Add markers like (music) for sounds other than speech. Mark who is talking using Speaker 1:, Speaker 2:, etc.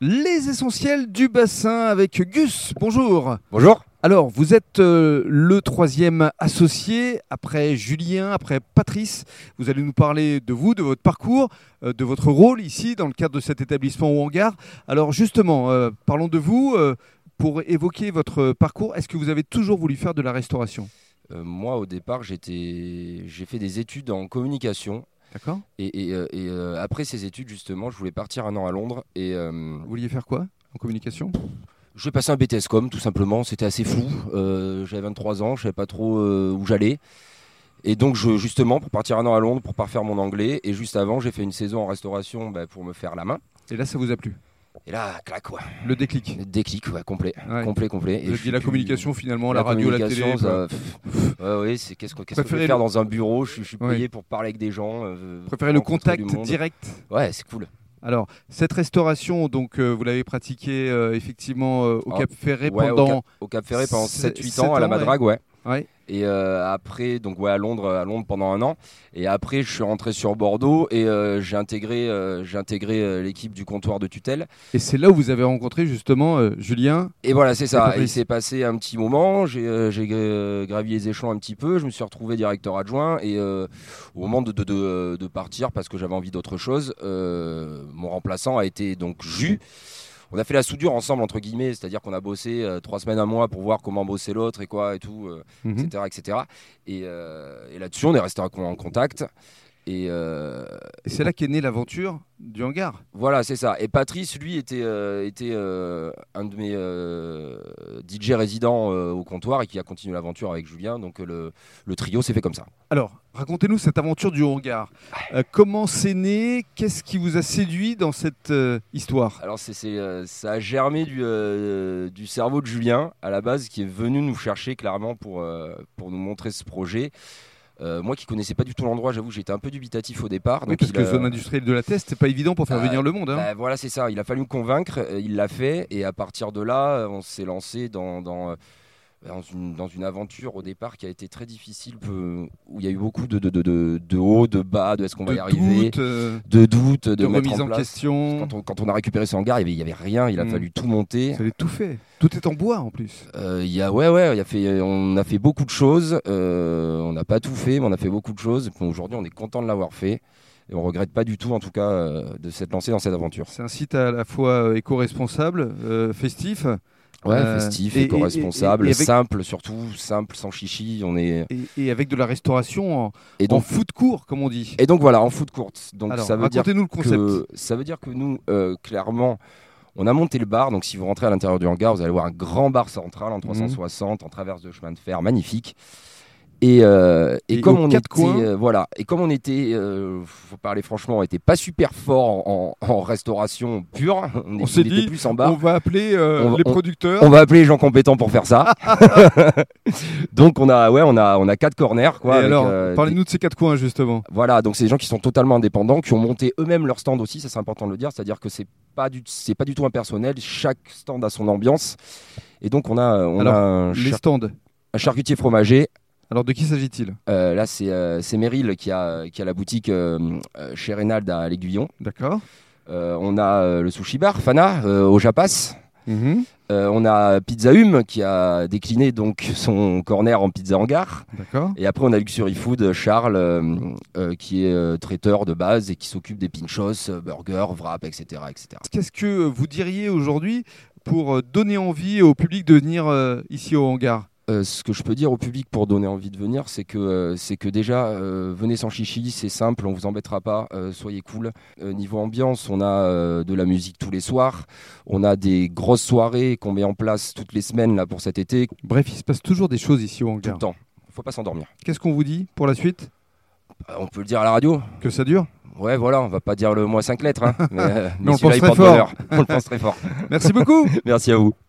Speaker 1: Les essentiels du bassin avec Gus. Bonjour.
Speaker 2: Bonjour.
Speaker 1: Alors, vous êtes euh, le troisième associé après Julien, après Patrice. Vous allez nous parler de vous, de votre parcours, euh, de votre rôle ici dans le cadre de cet établissement ou hangar. Alors, justement, euh, parlons de vous. euh, pour évoquer votre parcours, est-ce que vous avez toujours voulu faire de la restauration
Speaker 2: Euh, moi, au départ, j'étais, j'ai fait des études en communication.
Speaker 1: D'accord
Speaker 2: Et, et, euh, et, euh, après ces études, justement, je voulais partir un an à Londres. Et euh,
Speaker 1: Vous vouliez faire quoi en communication
Speaker 2: je vais passer un BTS com, tout simplement. C'était assez flou. Euh, j'avais 23 ans, je savais pas trop euh, où j'allais. Et donc, je, justement, pour partir un an à Londres, pour parfaire mon anglais. Et juste avant, j'ai fait une saison en restauration bah, pour me faire la main.
Speaker 1: Et là, ça vous a plu
Speaker 2: Et là, clac, ouais.
Speaker 1: Le déclic
Speaker 2: Déclic, ouais, complet.
Speaker 1: Ouais.
Speaker 2: Complet, complet. Et
Speaker 1: Vous avez
Speaker 2: je
Speaker 1: dit
Speaker 2: suis
Speaker 1: la
Speaker 2: plus-
Speaker 1: communication finalement, la, radio, la télé.
Speaker 2: communication,
Speaker 1: voilà.
Speaker 2: ça- pff, ouais, ouais, c'est qu'est-ce que, qu'est-ce que je
Speaker 1: Préférez
Speaker 2: vais faire
Speaker 1: le-
Speaker 2: dans un bureau Je suis- je suis payé
Speaker 1: Ouais.
Speaker 2: pour parler avec des gens. euh,
Speaker 1: Préférez le
Speaker 2: rencontrer
Speaker 1: contact
Speaker 2: du monde.
Speaker 1: direct
Speaker 2: Ouais, c'est cool.
Speaker 1: Alors, cette restauration, donc, euh, vous l'avez pratiquée euh, effectivement euh, au
Speaker 2: Ah,
Speaker 1: Cap Ferré
Speaker 2: Ouais, au
Speaker 1: pendant.
Speaker 2: Cap- au Cap Ferré pendant
Speaker 1: sept-
Speaker 2: 7-8
Speaker 1: sept
Speaker 2: ans, à la
Speaker 1: ans, ouais.
Speaker 2: Madrague, ouais.
Speaker 1: Ouais.
Speaker 2: Et euh, après, donc ouais, à Londres, à Londres pendant un an. Et après, je suis rentré sur Bordeaux et euh, j'ai intégré, euh, j'ai intégré euh, l'équipe du comptoir de tutelle.
Speaker 1: Et c'est là où vous avez rencontré justement euh, Julien.
Speaker 2: Et voilà, c'est
Speaker 1: T'as
Speaker 2: ça.
Speaker 1: compris.
Speaker 2: Il s'est passé un petit moment. J'ai euh, j'ai, euh, gravi les échelons un petit peu. Je me suis retrouvé directeur adjoint. Et euh, au moment de, de- euh, de- de partir, parce que j'avais envie d'autre chose, euh, mon remplaçant a été donc Jus. On a fait la soudure ensemble, entre guillemets, c'est-à-dire qu'on a bossé euh, trois semaines, un mois pour voir comment bosser l'autre et quoi et tout, euh,
Speaker 1: Mhm.
Speaker 2: etc. etc. Et, euh, et là-dessus, on est resté en, en contact. Et, euh,
Speaker 1: Et c'est là qu'est née l'aventure du hangar.
Speaker 2: voilà, c'est ça. Et Patrice, lui, était, euh, était euh, un de mes euh, DJ résidents euh, au comptoir et qui a continué l'aventure avec Julien. Donc euh, le, le trio s'est fait comme ça.
Speaker 1: Alors, racontez-nous cette aventure du hangar. Euh, comment c'est né Qu'est-ce qui vous a séduit dans cette euh, histoire
Speaker 2: Alors c'est, c'est, euh, ça a germé du, euh, du cerveau de Julien à la base qui est venu nous chercher clairement pour, euh, pour nous montrer ce projet. Euh, moi qui connaissais pas du tout l'endroit, j'avoue, j'étais un peu dubitatif au
Speaker 1: Oui,
Speaker 2: départ. Ah, donc
Speaker 1: parce
Speaker 2: il
Speaker 1: que
Speaker 2: a-
Speaker 1: zone industrielle de la Teste, c'est pas évident pour faire
Speaker 2: Ah,
Speaker 1: venir le monde. hein.
Speaker 2: Bah, voilà, c'est ça. Il a fallu me convaincre. euh, Il l'a fait. Et à partir de là, euh, on s'est lancé dans, dans, euh, dans une, dans une aventure au départ qui a été très difficile, peu- où il y a eu beaucoup de, de, de, de, de hauts, de bas, de est-ce qu'on bah, va
Speaker 1: de
Speaker 2: y arriver,
Speaker 1: doute, euh,
Speaker 2: de doutes, de,
Speaker 1: de
Speaker 2: mettre
Speaker 1: remise en,
Speaker 2: place.
Speaker 1: question.
Speaker 2: Quand on, quand on a récupéré ce hangar, il n'y avait, rien. Il a
Speaker 1: Mm.
Speaker 2: fallu tout monter.
Speaker 1: Vous avez tout fait. Tout est en bois en plus.
Speaker 2: Euh, il y a, ouais, ouais, il y a fait, on a fait beaucoup de choses. euh, on n'a pas tout fait, mais on a fait beaucoup de choses. Bon, Aujourd'hui, on est content de l'avoir fait. Et on regrette pas du tout, en tout cas, euh, de s'être lancé dans cette aventure.
Speaker 1: C'est un site à la fois euh, éco-responsable, euh, festif.
Speaker 2: Ouais,
Speaker 1: Euh,
Speaker 2: festif,
Speaker 1: et- et-
Speaker 2: éco-responsable,
Speaker 1: et- et avec-
Speaker 2: simple surtout, simple, sans chichi. On est
Speaker 1: et, et avec de la restauration en,
Speaker 2: et
Speaker 1: en
Speaker 2: donc
Speaker 1: foot court, comme on dit.
Speaker 2: et donc voilà en foot courte. Donc
Speaker 1: Alors,
Speaker 2: ça veut dire
Speaker 1: racontez-nous le concept.
Speaker 2: que ça veut dire que nous euh, clairement on a monté le bar. Donc si vous rentrez à l'intérieur du hangar, vous allez voir un grand bar central
Speaker 1: Mhm.
Speaker 2: en 360 en traverse de chemin de fer, magnifique. Et, euh, et
Speaker 1: Et
Speaker 2: comme
Speaker 1: aux
Speaker 2: on
Speaker 1: quatre
Speaker 2: était
Speaker 1: coins.
Speaker 2: euh, voilà et comme on était euh, faut parler franchement, on était pas super fort en, en- en restauration pure. (laughs) On, est-
Speaker 1: On s'est
Speaker 2: était
Speaker 1: dit,
Speaker 2: plus en bar.
Speaker 1: On va appeler euh,
Speaker 2: Bah, On va-
Speaker 1: les
Speaker 2: on-
Speaker 1: producteurs.
Speaker 2: On va appeler les gens compétents pour faire ça. (laughs) donc on a ouais, on a on a quatre corners quoi.
Speaker 1: et
Speaker 2: avec,
Speaker 1: alors,
Speaker 2: euh,
Speaker 1: parlez-nous de ces quatre coins, justement.
Speaker 2: des- Voilà, donc c'est des gens qui sont totalement indépendants, qui ont monté eux-mêmes leur stand aussi. Ça c'est important de le dire, c'est-à-dire que c'est pas du c'est pas du tout impersonnel. Chaque stand a son ambiance. Et donc on a on
Speaker 1: Alors,
Speaker 2: a un,
Speaker 1: Les
Speaker 2: char-
Speaker 1: stands.
Speaker 2: un charcutier fromager.
Speaker 1: Alors, de qui s'agit-il
Speaker 2: Euh, là c'est euh, c'est Meryl qui a qui a la boutique euh, euh, chez Reynald à l'Aiguillon.
Speaker 1: D'accord.
Speaker 2: Euh, on a euh, le sushi bar Fana euh, au Japas. Euh, on a Pizza Hum qui a décliné donc son corner en pizza hangar.
Speaker 1: D'accord.
Speaker 2: Et après, on a Luxury Food, Charles, euh, euh, qui est euh, traiteur de base et qui s'occupe des pinchos, euh, burgers, wraps, etc. etc.
Speaker 1: Qu'est-ce que euh, vous diriez aujourd'hui pour euh, donner envie au public de venir euh, ici au hangar
Speaker 2: Euh, ce que je peux dire au public pour donner envie de venir, c'est que, euh, c'est que déjà, euh, venez sans chichi, c'est simple, on vous embêtera pas, euh, soyez cool. Euh, niveau ambiance, on a euh, de la musique tous les soirs, on a des grosses soirées qu'on met en place toutes les semaines là, pour cet été, tout
Speaker 1: Bref, il se passe toujours des choses ici au
Speaker 2: le
Speaker 1: hangar.
Speaker 2: temps. Faut pas s'endormir.
Speaker 1: Qu'est-ce qu'on vous dit pour la suite
Speaker 2: Euh, on peut le dire à la radio,
Speaker 1: Que ça dure
Speaker 2: Ouais, voilà, on va pas
Speaker 1: (laughs)
Speaker 2: dire le moins 5 lettres, hein, mais, euh,
Speaker 1: Mais on le
Speaker 2: celui-là,
Speaker 1: pense
Speaker 2: il
Speaker 1: très
Speaker 2: (laughs) porte
Speaker 1: fort.
Speaker 2: bonheur. On le pense très fort. (laughs)
Speaker 1: Merci beaucoup
Speaker 2: Merci à vous.